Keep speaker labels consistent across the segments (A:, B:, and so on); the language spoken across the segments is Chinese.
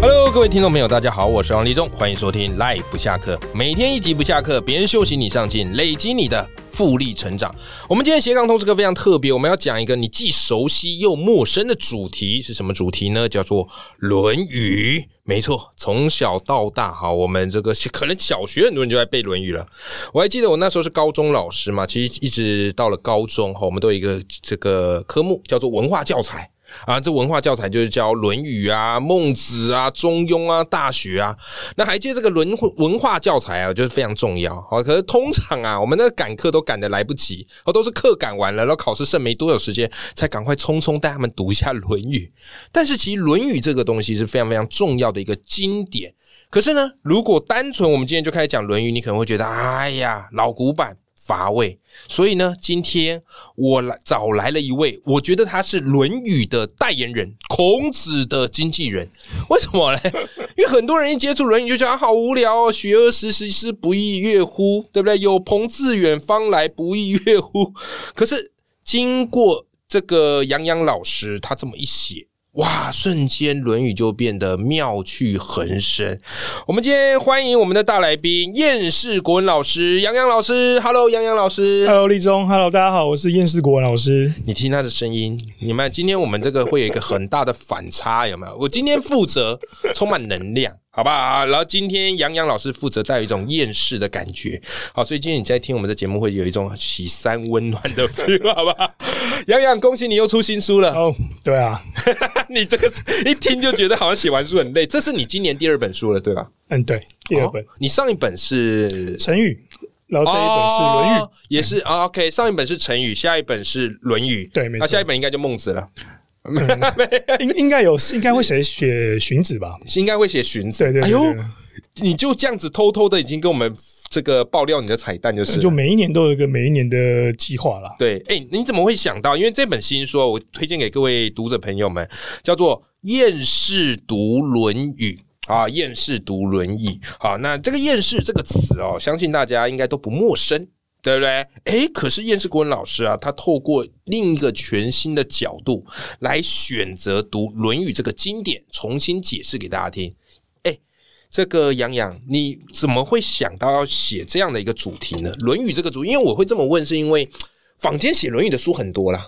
A: Hello，各位听众朋友，大家好，我是王立中，欢迎收听 Life 不下课，每天一集不下课，别人休息你上进，累积你的复利成长。我们今天斜杠通识课非常特别，我们要讲一个你既熟悉又陌生的主题，是什么主题呢？叫做《论语》。没错，从小到大，哈，我们这个可能小学很多人就在背《论语》了。我还记得我那时候是高中老师嘛，其实一直到了高中，哈，我们都有一个这个科目叫做文化教材。啊，这文化教材就是教《论语》啊、《孟子》啊、《中庸》啊、《大学》啊。那还借这个文文化教材啊，就是非常重要。好、哦，可是通常啊，我们那个赶课都赶得来不及，哦，都是课赶完了，然后考试剩没多少时间，才赶快匆匆带他们读一下《论语》。但是其实《论语》这个东西是非常非常重要的一个经典。可是呢，如果单纯我们今天就开始讲《论语》，你可能会觉得，哎呀，老古板。乏味，所以呢，今天我来找来了一位，我觉得他是《论语》的代言人，孔子的经纪人。 为什么呢？因为很多人一接触《论语》就觉得、啊、好无聊哦，“学而时习之，不亦说乎”，对不对？有朋自远方来，不亦说乎。可是经过这个杨洋老师他这么一写。哇！瞬间《论语》就变得妙趣横生。我们今天欢迎我们的大来宾，厌世国文老师杨洋老师。Hello，杨洋老师。
B: Hello，立中。Hello，大家好，我是厌世国文老师。
A: 你听他的声音，你们今天我们这个会有一个很大的反差，有没有？我今天负责充满能量， 好不好？然后今天杨洋老师负责带有一种厌世的感觉，好，所以今天你在听我们的节目会有一种喜三温暖的 feel，好不 好？杨洋，恭喜你又出新书了。
B: 哦、对啊，
A: 你这个一听就觉得好像写完书很累，这是你今年第二本书了，对吧？
B: 嗯，对，第二本
A: 哦你上一本是
B: 《成语》，然后这一本是《论语》
A: 哦也是、啊 OK。上一本是《成语》，下一本是《论语》，
B: 对没
A: 那、
B: 错
A: 下一本应该就孟子了，
B: 应应该有，应该会写写荀子吧？
A: 应该会写荀子。
B: 对对对
A: 哎
B: 对
A: 呦，你就这样子偷偷的已经跟我们这个爆料你的彩蛋就是了。
B: 就每一年都有一个每一年的计划啦。
A: 对，哎、你怎么会想到？因为这本新书，我推荐给各位读者朋友们，叫做《厌世读论语》。啊，厌世读《论语》好，那这个“厌世”这个词哦，相信大家应该都不陌生，对不对？哎，可是厌世国文老师啊，他透过另一个全新的角度来选择读《论语》这个经典，重新解释给大家听。哎，这个杨洋，你怎么会想到要写这样的一个主题呢？《论语》这个主题，因为我会这么问，是因为坊间写《论语》的书很多啦，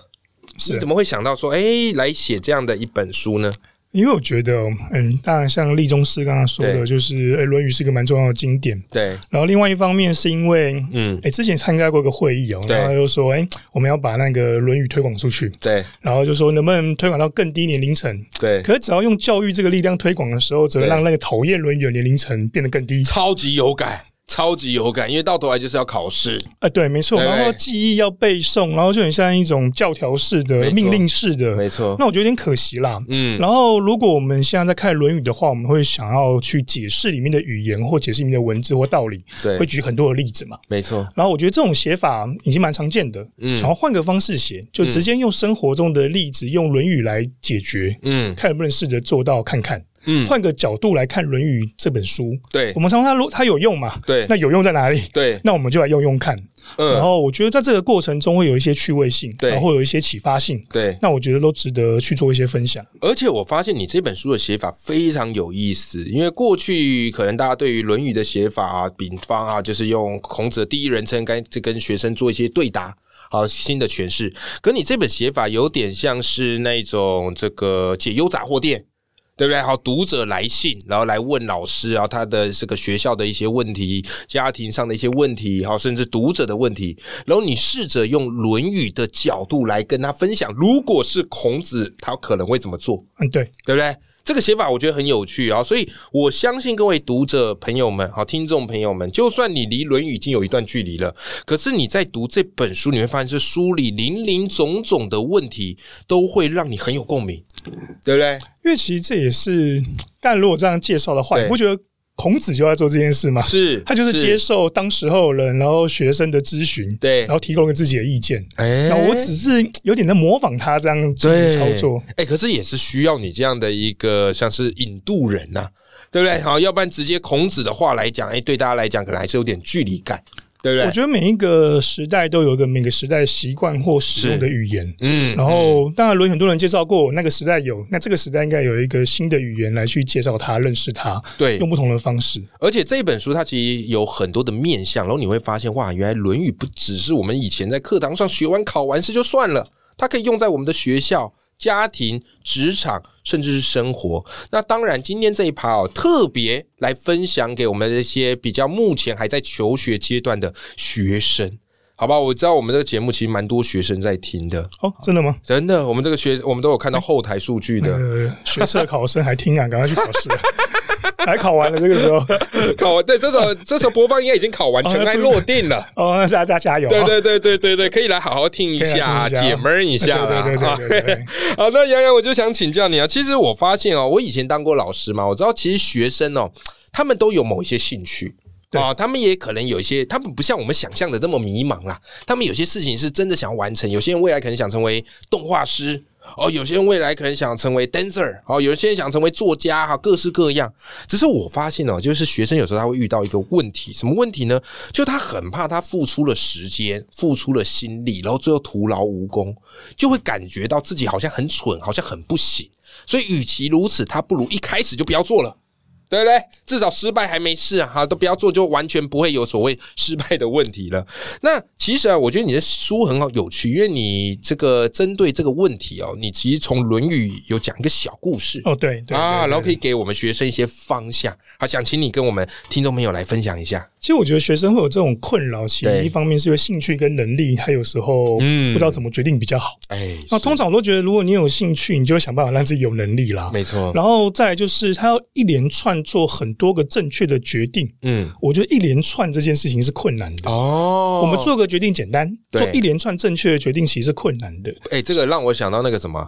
B: 是
A: 你怎么会想到说，哎，来写这样的一本书呢？
B: 因为我觉得，嗯，当然像立中师刚刚说
A: 对
B: 的，就是呃《论语》是一个蛮重要的经典。
A: 对，
B: 然后另外一方面是因为，
A: 嗯
B: 嗯，哎，之前参加过一个会议哦，
A: 对
B: 然后就说，哎，我们要把那个《论语》推广出去，
A: 对，
B: 然后就说能不能推广到更低年龄层？
A: 对，
B: 可是只要用教育这个力量推广的时候，只会
A: 对
B: 让那个讨厌《论语》的年龄层变得更低。
A: 超级有感，超级有感，因为到头来就是要考试，
B: 啊，对，没错。
A: 对
B: 然后记忆要背诵，然后就很像一种教条式
A: 没
B: 的、
A: 错嗯
B: 命令式的。
A: 错，
B: 那我觉得有点可惜啦。
A: 嗯，
B: 然后，如果我们现在在看《论语》的话，我们会想要去解释里面的语言，或解释里面的文字或道理，会
A: 对，
B: 举很多的例子嘛。
A: 没错，
B: 然后，我觉得这种写法已经蛮常见的。
A: 嗯
B: 想要换个方式写，就直接用生活中的例子，用《论语》来解决，
A: 嗯
B: 看能不能试着做到看看。
A: 嗯，
B: 换个角度来看《论语》这本书，
A: 对
B: 我，们常常它如它有用嘛？
A: 对
B: 那，有用在哪里？
A: 对，
B: 那我们就来用用看。然
A: 嗯，
B: 后我觉得在这个过程中会有一些趣味性，
A: 对
B: 然后会有一些启发性，
A: 对，
B: 那我觉得都值得去做一些分享。
A: 而且我发现你这本书的写法非常有意思，因为过去可能大家对于《论语》的写法啊，比方啊，就是用孔子的第一人称跟跟学生做一些对答。好，新的诠释。可你这本写法有点像是那种这个解忧杂货店，对不对？好，读者来信，然后来问老师啊，他的这个学校的一些问题、家庭上的一些问题，好，甚至读者的问题，然后你试着用《论语》的角度来跟他分享，如果是孔子，他可能会怎么做，
B: 嗯，对，
A: 对不对？这个写法我觉得很有趣啊，所以我相信各位读者朋友们、好听众朋友们，就算你离《论语》已经有一段距离了，可是你在读这本书，你会发现这书里林林总总的问题都会让你嗯很有共鸣，对不对？
B: 因为其实这也是，但如果这样介绍的话，
A: 对
B: 你不觉得孔子就在做这件事嘛，
A: 是，
B: 他就是接受当时候人，然后学生的咨询，
A: 对
B: 然，后提供了自己的意见。
A: 哎
B: 然后我只是有点在模仿他这样
A: 对
B: 子操作，
A: 哎、可是也是需要你这样的一个像是引渡人呐、对不对？好，要不然直接孔子的话来讲，哎、对大家来讲可能还是有点距离感，对不
B: 我
A: 对？
B: 觉得每一个时代都有一个每个时代的习惯或使用的语言。
A: 嗯，
B: 然后，当然，轮很多人介绍过，那个时代有，那这个时代应该有一个新的语言来去介绍它、认识它，
A: 对
B: 用，不同的方式。
A: 而且这本书它其实有很多的面向，然后你会发现，哇，原来《论语》不只是我们以前在课堂上学完、考完试就算了，它可以用在我们的学校、家庭、职场，甚至是生活。那当然，今天这一趴哦，特别来分享给我们这些比较目前还在求学阶段的学生。好吧，我知道我们这个节目其实蛮多学生在听的，
B: 哦，真的吗？
A: 真的，我们这个学我们都有看到后台数据 的，
B: 呃，学测考生还听啊，赶快去考试 啊、还考完了这个时候，
A: 考完对这首这首播放应该已经考 完，
B: 哦
A: 尘埃落定了。
B: 哦，那大家加油、啊！
A: 对对对对对对，可以来好好听一
B: 可以
A: 下啊，
B: 来听一下
A: 解闷儿一下啦。啊
B: 对对对对对对
A: 好，那洋洋，我就想请教你啊。其实我发现哦，我以前当过老师嘛，我知道其实学生哦，他们都有某一些兴趣。
B: 对
A: 啊，他们也可能有一些，他们不像我们想象的那么迷茫啦。他们有些事情是真的想要完成，有些人未来可能想成为动画师，哦，有些人未来可能想成为 dancer，哦，有些人想成为作家，哈，各式各样。只是我发现哦，就是学生有时候他会遇到一个问题，什么问题呢？就他很怕他付出了时间，付出了心力，然后最后徒劳无功，就会感觉到自己好像很蠢，好像很不行。所以，与其如此，他不如一开始就不要做了。对不对？至少失败还没事啊，哈，都不要做，就完全不会有所谓失败的问题了。那其实啊，我觉得你的书很好有趣，因为你这个针对这个问题哦，你其实从《论语》有讲一个小故事
B: 哦，对对对
A: 啊，
B: 对
A: 然后
B: 对
A: 可以给我们学生一些方向。好，想请你跟我们听众朋友来分享一下。
B: 其实我觉得学生会有这种困扰，其
A: 对
B: 实一方面是因为兴趣跟能力，还有时候
A: 嗯
B: 不知道怎么决定比较好。
A: 哎，
B: 那通常我都觉得，如果你有兴趣，你就会想办法让自己有能力啦。
A: 没错，
B: 然后再来就是，他要一连串做很多个正确的决定。
A: 嗯，
B: 我觉得一连串这件事情是困难的。
A: 哦
B: 我们做个决定简单，
A: 对
B: 做一连串正确的决定其实是困难的。
A: 哎、这个让我想到那个什么，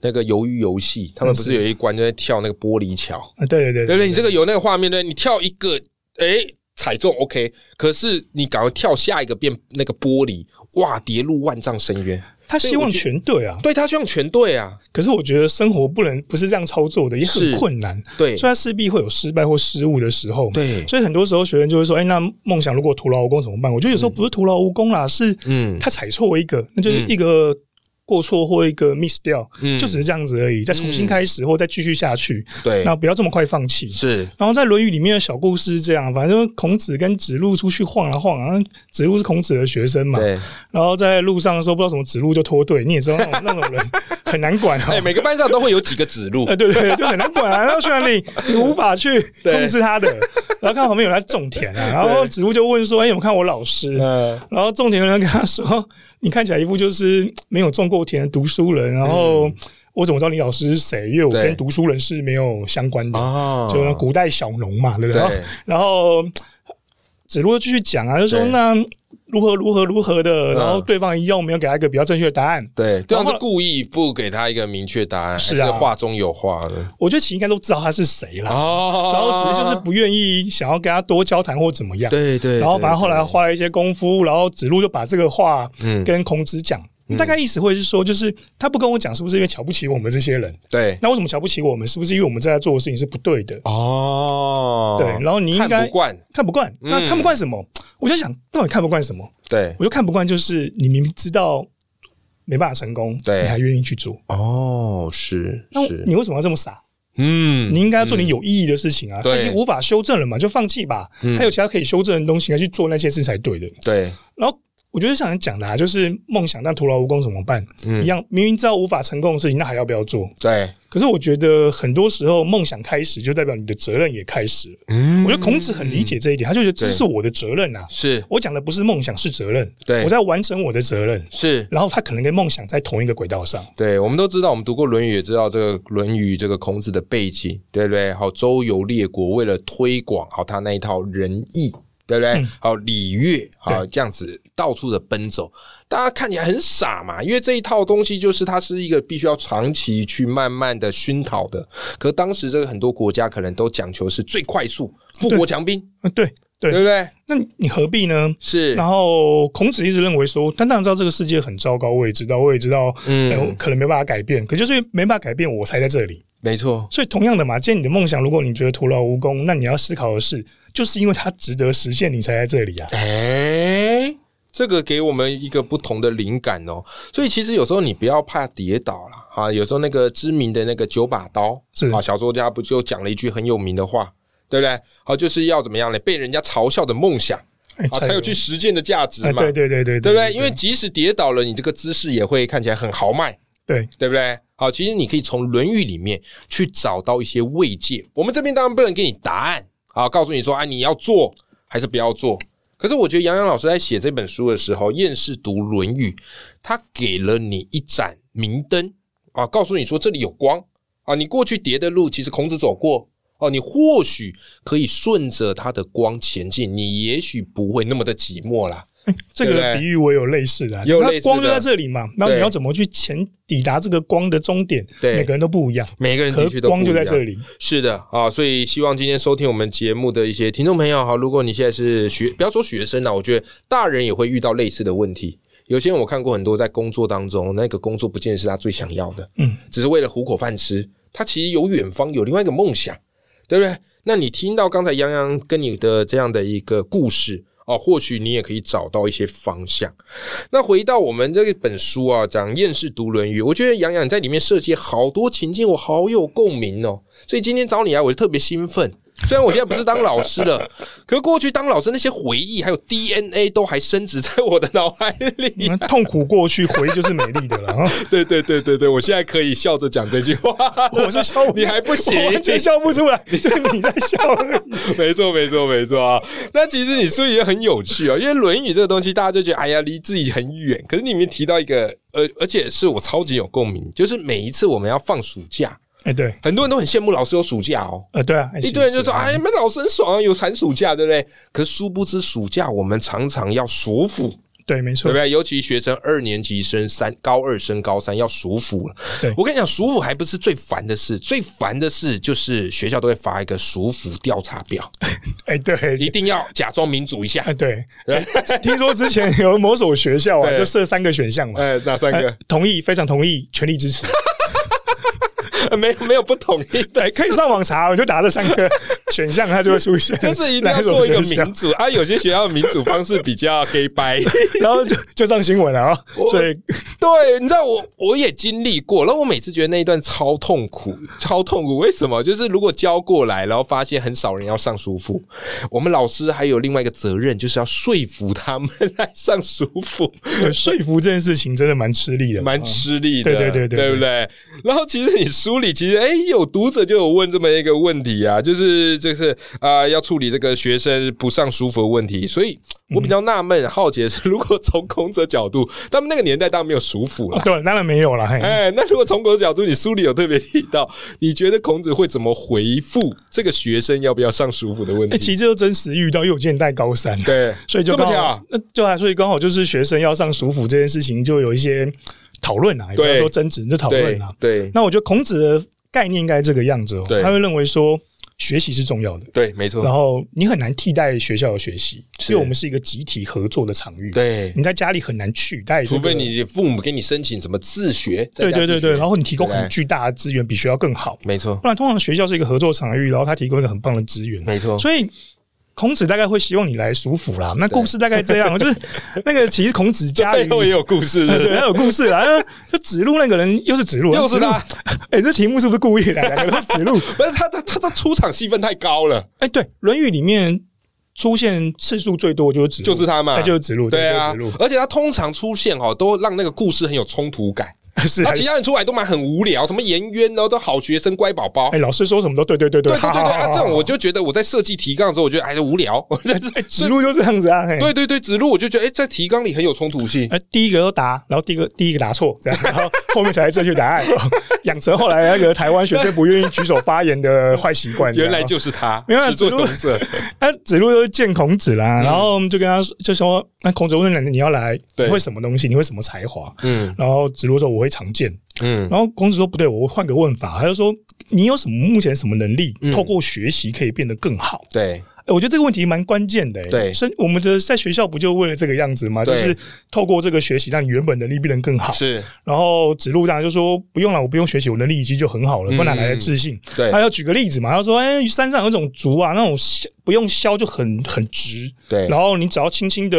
A: 那个鱿鱼游戏，他们不是有一关就在跳那个玻璃桥，
B: 啊，对对对
A: 对不对？你这个有那个画面对，你跳一个，哎、踩中 OK，可是你赶快跳下一个变那个玻璃，哇，跌入万丈深渊。
B: 他希望全对啊，
A: 对他希望全对啊，
B: 可是我觉得生活不能不是这样操作的，也
A: 是
B: 很困难。
A: 对
B: 所以他势必会有失败或失误的时候。
A: 对，
B: 所以很多时候学生就会说：“哎、那梦想如果徒劳无功怎么办？”我觉得有时候不是徒劳无功啦，是
A: 嗯
B: 他踩错一个，那就是一个过错或一个 miss 掉，
A: 嗯
B: 就只是这样子而已。再重新开始或再继续下去，
A: 对，
B: 那不要这么快放弃。
A: 是
B: 然后在《论语》里面的小故事是这样，反正孔子跟子路出去晃来啊晃，然后子路是孔子的学生嘛，
A: 对，
B: 然后在路上的时候不知道什么子路就脱队，你也知道那 种那种人很难管啊、
A: 哎、每个班上都会有几个指 路
B: 呃，，对对，对就很难管啊。然后训练令你无法去
A: 对
B: 控制他的，然后看旁边有人在种田啊，然后子路就问说：“哎，有没有看我老师？”
A: 嗯，
B: 然后种田的人跟他说：“你看起来一副就是嗯没有种过田的读书人，然后我怎么知道你老师是谁？因为我
A: 嗯对
B: 跟读书人是没有相关的，
A: 哦
B: 就那古代小农嘛，对不对？”然后
A: 对，
B: 然后嗯子路就继续讲啊，就说
A: 对
B: 那如何如何如何的，
A: 嗯
B: 然后对方一样没有给他一个比较正确的答案。
A: 对，对
B: 然
A: 方
B: 后
A: 是故意不给他一个明确答案，还
B: 啊是啊
A: 话中有话的。
B: 我觉得其实应该都知道他是谁啦，
A: 哦
B: 然后只是就是不愿意想要跟他多交谈或怎么样。
A: 对对，
B: 然后反正后来
A: 对
B: 花了一些功夫，然后子路就把这个话
A: 嗯
B: 跟孔子讲。大概意思会是说，就是他不跟我讲，是不是因为瞧不起我们这些人？
A: 对
B: 那为什么瞧不起我们？是不是因为我们在做的事情是不对的？
A: 哦，
B: 对，然后你应
A: 看
B: 该
A: 不惯，
B: 看不惯，那
A: 嗯
B: 看不惯什么？我就想，到底看不惯什么？
A: 对
B: 我就看不惯，就是你明明知道没办法成功，
A: 对
B: 你还愿意去做，
A: 哦，是
B: 那你为什么要这么傻？
A: 嗯
B: 你应该要做你有意义的事情啊！
A: 对嗯
B: 他已经无法修正了嘛，就放弃吧。还有其他可以修正的东西，应该去做那些事才对的。
A: 对
B: 然后我觉得想讲的啊，就是梦想但徒劳无功怎么办？
A: 嗯
B: 一样，明明知道无法成功的事情，那还要不要做？
A: 对，
B: 可是我觉得很多时候，梦想开始就代表你的责任也开始了。
A: 嗯
B: 我觉得孔子很理解这一点，他就觉得这
A: 对
B: 是我的责任啊。
A: 是
B: 我讲的不是梦想，是责任。啊
A: 对
B: 我在完成我的责任。
A: 是。
B: 然后他可能跟梦想在同一个轨道上。
A: 对，我们都知道，我们读过《论语》，也知道这个《论语》这个孔子的背景，对不对？好，周游列国，为了推广好他那一套仁义，对不对
B: 嗯？
A: 好，礼乐，好这样子到处的奔走，大家看起来很傻嘛，因为这一套东西就是它是一个必须要长期去慢慢的熏陶的。可当时这个很多国家可能都讲求是最快速，富国强兵，
B: 嗯，对
A: 对
B: 对，
A: 不对？
B: 那你何必呢？
A: 是，
B: 然后孔子一直认为说，他当然知道这个世界很糟糕，我也知道，我也知道，呃我
A: 嗯，
B: 可能没办法改变，可就是因为没办法改变，我才在这里。
A: 没错，
B: 所以同样的嘛，既然你的梦想，如果你觉得徒劳无功，那你要思考的是，就是因为它值得实现，你才在这里啊。
A: 哎，这个给我们一个不同的灵感哦。所以其实有时候你不要怕跌倒啦，啊，有时候那个知名的那个九把刀
B: 是
A: 啊，小说家不就讲了一句很有名的话，对不对？好，就是要怎么样呢？被人家嘲笑的梦想
B: 哎
A: 啊，才有去实践的价值
B: 哎，
A: 嘛，
B: 对对对对
A: 对不对？因为即使跌倒了，你这个姿势也会看起来很豪迈，
B: 对
A: 对不对？好，其实你可以从《论语》里面去找到一些慰藉。我们这边当然不能给你答案，好，告诉你说，啊，你要做还是不要做。可是我觉得杨洋老师在写这本书的时候，厌世读《论语》，他给了你一盏明灯啊，告诉你说这里有光啊，你过去跌的路，其实孔子走过。哦，你或许可以顺着他的光前进，你也许不会那么的寂寞啦。
B: 这
A: 对不对
B: 个比喻我有类似的啊，
A: 有
B: 那
A: 类似的
B: 光就在这里嘛。那
A: 对
B: 你要怎么去前抵达这个光的终点？
A: 对
B: 每个人都不一样，
A: 每个人
B: 可
A: 的确都
B: 光
A: 不
B: 就
A: 一
B: 在
A: 样
B: 这 里。
A: 是的啊，所以希望今天收听我们节目的一些听众朋友哈，如果你现在是学，不要说学生啦，我觉得大人也会遇到类似的问题。有些人我看过很多在工作当中，那个工作不见得是他最想要的，
B: 嗯，
A: 只是为了糊口饭吃，他其实有远方，有另外一个梦想，对不对？那你听到刚才洋洋跟你的这样的一个故事哦，或许你也可以找到一些方向。那回到我们这一本书啊，讲厌世读《论语》，我觉得杨洋你在里面设计好多情境，我好有共鸣哦。所以今天找你来，我就特别兴奋。虽然我现在不是当老师了， 可过去当老师那些回忆还有 DNA 都还深植在我的脑海里。
B: 嗯痛苦过去，回忆就是美丽的了。啊
A: 对对对对对，我现在可以笑着讲这句 话。
B: 我是笑不，
A: 你还不 行
B: 我完全笑不 出来，就是你在笑而已。
A: 没错，没错，没错啊！那其实你说也很有趣哦，因为《论语》这个东西，大家就觉得哎呀，离自己很远。可是你们提到一个，呃，而且是我超级有共鸣，就是每一次我们要放暑假，
B: 哎，对，
A: 很多人都很羡慕老师有暑假哦。
B: 呃，对啊，哎
A: 一堆人就说：“
B: 是
A: 哎，你们老师很爽、啊，有寒暑假，对不对？”可殊不知，暑假我们常常要暑伏，
B: 对，没
A: 对
B: 错
A: 不，对？尤其学生二年级升三高二升高三要暑伏了。
B: 对
A: 我跟你讲，暑伏还不是最烦的事，最烦的事就是学校都会发一个暑伏调查表，
B: 哎，对，
A: 一定要假装民主一下。
B: 哎，对， 听说之前有某所学校啊，
A: 对
B: 就设三个选项嘛，
A: 哎，哪三
B: 哎？同意，非常同意，全力支持。
A: 没有没有不同意的，
B: 对，哎可以上网查，我就打这三个选项，它就会出现，
A: 就是一定要
B: 哪种
A: 做一个
B: 选项
A: 民主啊。有些学校的民主方式比较 gay 掰，
B: 然后就就上新闻了啊、
A: 我
B: 所以
A: 对，你知道我我也经历过，然后我每次觉得那一段超痛苦，超痛苦。为什么？就是如果教过来，然后发现很少人要上舒服，我们老师还有另外一个责任，就是要说服他们来上舒服，
B: 对说服这件事情真的蛮吃力的，
A: 蛮吃力的，
B: 对对对对
A: 对不对？然后其实你书里其实哎，有读者就有问这么一个问题啊，就是就是啊、要处理这个学生不上舒服的问题，所以
B: 嗯
A: 我比较纳闷、好奇的是，如果从孔子的角度，他们那个年代当然没有舒服啦
B: 啊。对，当然没有了，嘿，
A: 哎，那如果从孔子角度，你书里有特别提到，你觉得孔子会怎么回复这个学生要不要上舒服的问
B: 哎其
A: 题？
B: 实这就真实遇到，因为我今年带高三，
A: 对，
B: 所以就
A: 这么
B: 刚
A: 巧
B: 好，，那对啊，所以刚好就是学生要上熟辅这件事情，就有一些讨论啊，也不
A: 对
B: 要说争执，就讨
A: 对
B: 论啊。
A: 对
B: 那我觉得孔子的概念应该这个样子哦，
A: 对
B: 他会认为说学习是重要的，
A: 对，没
B: 然
A: 错，
B: 后你很难替代学校的学习，
A: 是
B: 因为我们是一个集体合作的场域，
A: 对，
B: 你在家里很难取代这
A: 除
B: 个，
A: 非你父母给你申请什么自学，在
B: 对
A: 家
B: 对对
A: 自
B: 对，
A: 学
B: 然后你提供
A: 对不对
B: 很巨大的资源，比学校更好。
A: 没错，
B: 不然，通常学校是一个合作场域，然后他提供一个很棒的资源，
A: 没错，
B: 所以孔子大概会希望你来舒服啦。那故事大概 这样，就是那个其实孔子家
A: 背
B: 里
A: 后也有故 事，对不
B: 对，
A: 对？
B: 还有故事啦。那那指路那个人又是指路，
A: 又是他
B: 指路。 哎、这题目是不是故意的？ 两个都是指路。
A: 不是他他他他出场戏份太高了，
B: 哎、对，《论语》里面出现次数最多就是指路，
A: 就是他嘛
B: 哎，就是指路，
A: 对
B: 就是
A: 啊
B: 指路。，
A: 而且他通常出现哦，都让那个故事很有冲突感。
B: 是
A: 啊，
B: 还
A: 其他人出来都蛮很无聊，什么颜渊哦，都好学生、乖宝宝
B: 哎，。老师说什么都对对对对
A: 对对
B: 好
A: 对
B: 好
A: 对，
B: 好好
A: 啊，
B: 好
A: 这种我就觉得我在设计提纲的时候，我觉得哎无聊。我觉得
B: 哎指路就这样子啊，嘿
A: 对对对，指路我就觉得哎，在提纲里很有冲突性。
B: 呃，第一个都答，然后第一个第一个答错，这样， 然后后面才是正确答案，养成后来那个台湾学生不愿意举手发言的坏习惯。
A: 原来
B: 这样
A: 就是他，
B: 没有啊
A: 始作
B: 指路
A: 俑者。
B: 啊，子路就是见孔子啦，
A: 嗯
B: 然后就跟他说就说，那孔子问了你要来，
A: 对
B: 你会什么东西？你会什么才华？
A: 嗯
B: 然后子路说我会常见，
A: 嗯
B: 然后孔子说不对，我换个问法，他就说你有什么目前什么能力，
A: 嗯
B: 透过学习可以变得更好。
A: 对
B: 哎我觉得这个问题蛮关键的、欸。
A: 对
B: 是我们的在学校不就为了这个样子吗？
A: 对
B: 就是透过这个学习，让你原本能力变得更好。
A: 是，
B: 然后子路当然就说不用了，我不用学习，我能力已经就很好了，
A: 嗯
B: 不然哪来的自信？
A: 对
B: 他要举个例子嘛，他说：“哎、山上有一种竹啊，那种削不用削就很很直，
A: 对
B: 然后你只要轻轻的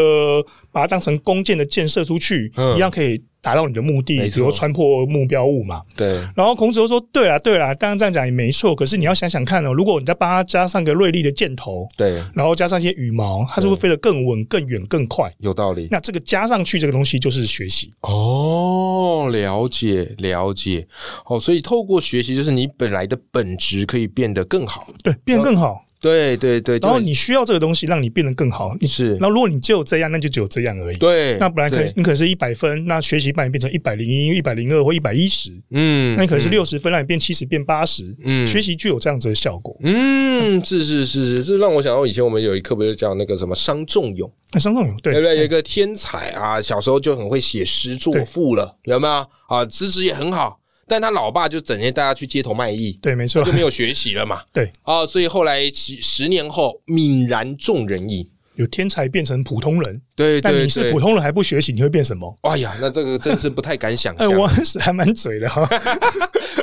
B: 把它当成弓箭的箭射出去，
A: 嗯
B: 一样可以达到你的目的，
A: 没
B: 比
A: 错
B: 如穿破目标物嘛。”
A: 对
B: 然后孔子就说：“对啦，对啦，当然这样讲也没错，可是你要想想看哦，如果你再帮它加上个锐利的箭头，
A: 对，
B: 然后加上一些羽毛，它是
A: 嗯
B: 不是飞得更稳、更远、更快？
A: 有道理。
B: 那这个加上去这个东西就是学习。”
A: 哦，了解了解。哦，所以透过学习，就是你本来的本质可以变得更好。
B: 对，变得更好。
A: 对对对，
B: 然后
A: 就
B: 你需要这个东西，让你变得更好。你
A: 是
B: 然后如果你只有这样，那就只有这样而已。
A: 对，
B: 那本来可能
A: 对
B: 你可能是一百分，那学习班你变成一百零一、一百零二或一百一十，
A: 嗯，
B: 那你可能是
A: 嗯
B: 六十分，让你变七十、变八十。
A: 嗯
B: 学习具有这样子的效果。
A: 嗯，是是是是，这让我想到以前我们有一课不是叫那个什么商仲永，
B: 那张仲永
A: 对
B: 哎对
A: 不对？有一个天才啊，小时候就很会写诗作赋了，有没有啊？资质也很好，但他老爸就整天带他去街头卖艺，
B: 对，没错
A: 就，没有学习了嘛。
B: 对，
A: 啊，所以后来十十年后泯然众人矣。
B: 有天才变成普通人，
A: 对
B: 但
A: 对
B: 你是
A: 对
B: 普，通人还不学习，你会变什么？
A: 哎呀，那这个真是不太敢想
B: 哎，
A: 象。
B: 我 是还蛮嘴 的哈，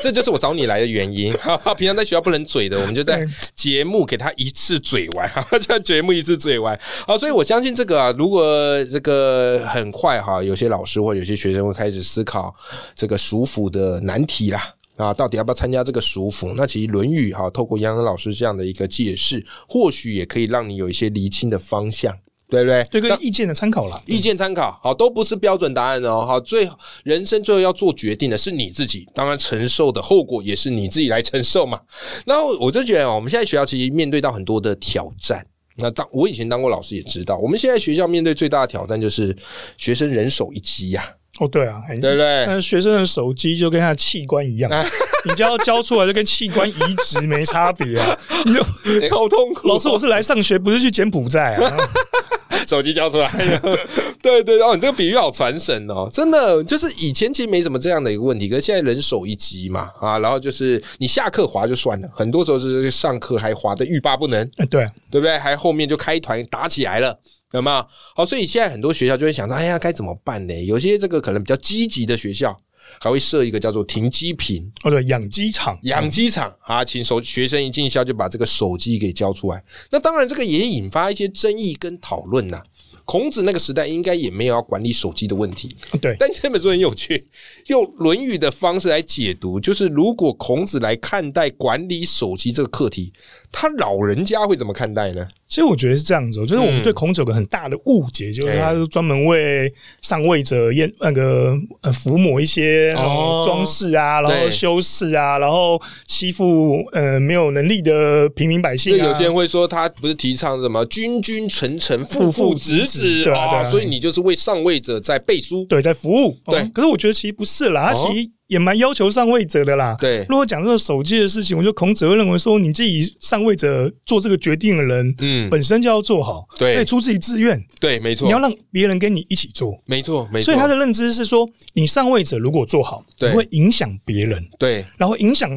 A: 这就是我找你来的原因。 哈哈，平常在学校不能嘴的，我们就在
B: 嗯
A: 节目给他一次嘴完， 哈哈，在节目一次嘴完。好，所以我相信这个啊，如果这个很快哈，有些老师或有些学生会开始思考这个熟辅的难题啦。啊，到底要不要参加这个熟辅？那其实《论语》哈，透过杨洋老师这样的一个解释，或许也可以让你有一些厘清的方向，对不对？
B: 对个意见的参考啦。
A: 意见参考，好，都不是标准答案哦。好，最人生最后要做决定的是你自己，当然承受的后果也是你自己来承受嘛。然后我就觉得哦，我们现在学校其实面对到很多的挑战。那当我以前当过老师也知道，我们现在学校面对最大的挑战就是学生人手一机呀、
B: 哦，对啊，哎
A: 对不对？
B: 那学生的手机就跟他的器官一 样，你只要交出来就跟器官移植没差别啊！ 你就
A: 好痛苦 哦
B: 老师，我是来上学，不是去柬埔寨 啊！
A: 手机交出来。 对对哦，你这个比喻好传神哦，真的就是以前其实没什么这样的一个问题，可是现在人手一机嘛啊，然后就是你下课划就算了，很多时候是上课还划的欲罢不能，
B: 哎对，
A: 对不对？还后面就开团打起来了。有没有？好，所以现在很多学校就会想到，哎呀，该怎么办呢？有些这个可能比较积极的学校，还会设一个叫做停机坪，
B: 哦对，养鸡场，
A: 养鸡场啊，请手学生一进校就把这个手机给交出来。那当然，这个也引发一些争议跟讨论呐、孔子那个时代应该也没有要管理手机的问题，
B: 哦对，
A: 但这本书很有趣，用《论语》的方式来解读，就是如果孔子来看待管理手机这个课题，他老人家会怎么看待呢？
B: 其实我觉得是这样子哦，就是我们对孔子有个很大的误解，
A: 哎
B: 就是他是专门为上位者验那个呃抚摸一些那
A: 哦
B: 种装饰啊，然
A: 对
B: 后修饰啊，然后欺负呃没有能力的平民百
A: 就
B: 姓啊。
A: 有些人会说，他不是提倡什么君君臣臣父父子子
B: 对啊对啊
A: 啊，所以你就是为上位者在背书。
B: 对，在服务。
A: 对
B: 哦可是我觉得其实不是啦，他
A: 哦
B: 其实也蛮要求上位者的啦。
A: 对
B: 如果讲这个手机的事情，我觉得孔子会认为说，你自己上位者做这个决定的人，
A: 嗯，
B: 本身就要做好，
A: 对
B: 对，出自己自愿，
A: 对，没错
B: 你，要让别人跟你一起做。
A: 没错，没错。
B: 所以他的认知是说，你上位者如果做好，你
A: 对
B: 会影响别人，
A: 对，
B: 然后影响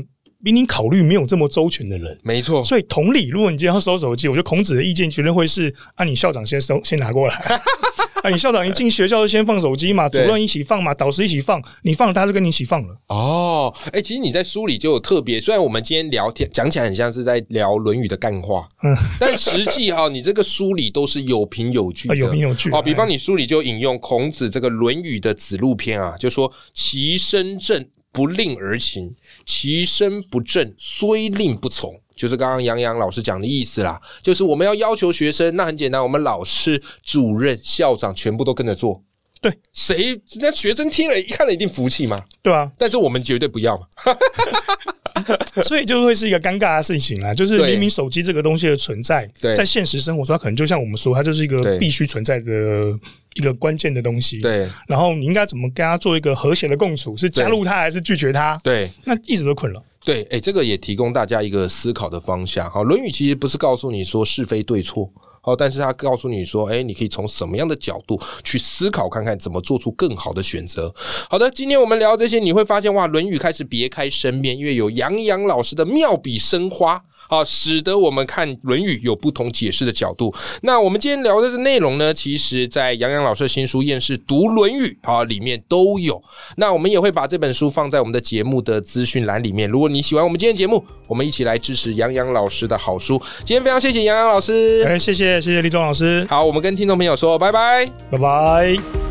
B: 比你考虑没有这么周全的人。
A: 没错，
B: 所以同理，如果你今天要收手机，我觉得孔子的意见绝对会是：啊，你校长先收，先拿过来。 啊，你校长一进学校就先放手机嘛，主
A: 对
B: 任一起放嘛，导师一起放，你放了，大家就跟你一起放了。
A: 哦，哎、其实你在书里就有特别，虽然我们今天聊天讲起来很像是在聊《论语》的干话，
B: 嗯
A: 但实际哈、你这个书里都是有凭有据的，
B: 啊有凭有据
A: 哦。比
B: 哎
A: 方你书里就引用孔子这个《论语》的子路篇啊，就说其身正不令而行，其身不正虽令不从。就是刚刚杨洋老师讲的意思啦，就是我们要要求学生，那很简单，我们老师、主任、校长全部都跟着做，
B: 对
A: 谁那学生听了一看了一定服气嘛，
B: 对啊，
A: 但是我们绝对不要嘛。
B: 所以就会是一个尴尬的事情啊。就是
A: 对
B: 明明手机这个东西的存在
A: 对，
B: 在现实生活中，它可能就像我们说，它就是一
A: 对
B: 个必须存在的一个关键的东西。，
A: 对
B: 然后你应该怎么跟它做一个和谐的共处？是加入它还是拒绝它？
A: 对
B: 那一直都困扰。
A: 对，哎、这个也提供大家一个思考的方向。好，《论语》其实不是告诉你说是非对错。好，但是它告诉你说，哎、你可以从什么样的角度去思考，看看怎么做出更好的选择。好的，今天我们聊这些，你会发现哇，《论语》开始别开生面，因为有杨洋老师的妙笔生花。好，使得我们看《论语》有不同解释的角度。那我们今天聊的这内容呢，其实在杨洋老师的新书《厌世读论语》啊里面都有。那我们也会把这本书放在我们的节目的资讯栏里面。如果你喜欢我们今天的节目，我们一起来支持杨洋老师的好书。今天非常谢谢杨洋老师。
B: 哎哎，谢谢谢谢李总老师，
A: 好，我们跟听众朋友说拜拜。
B: 拜拜。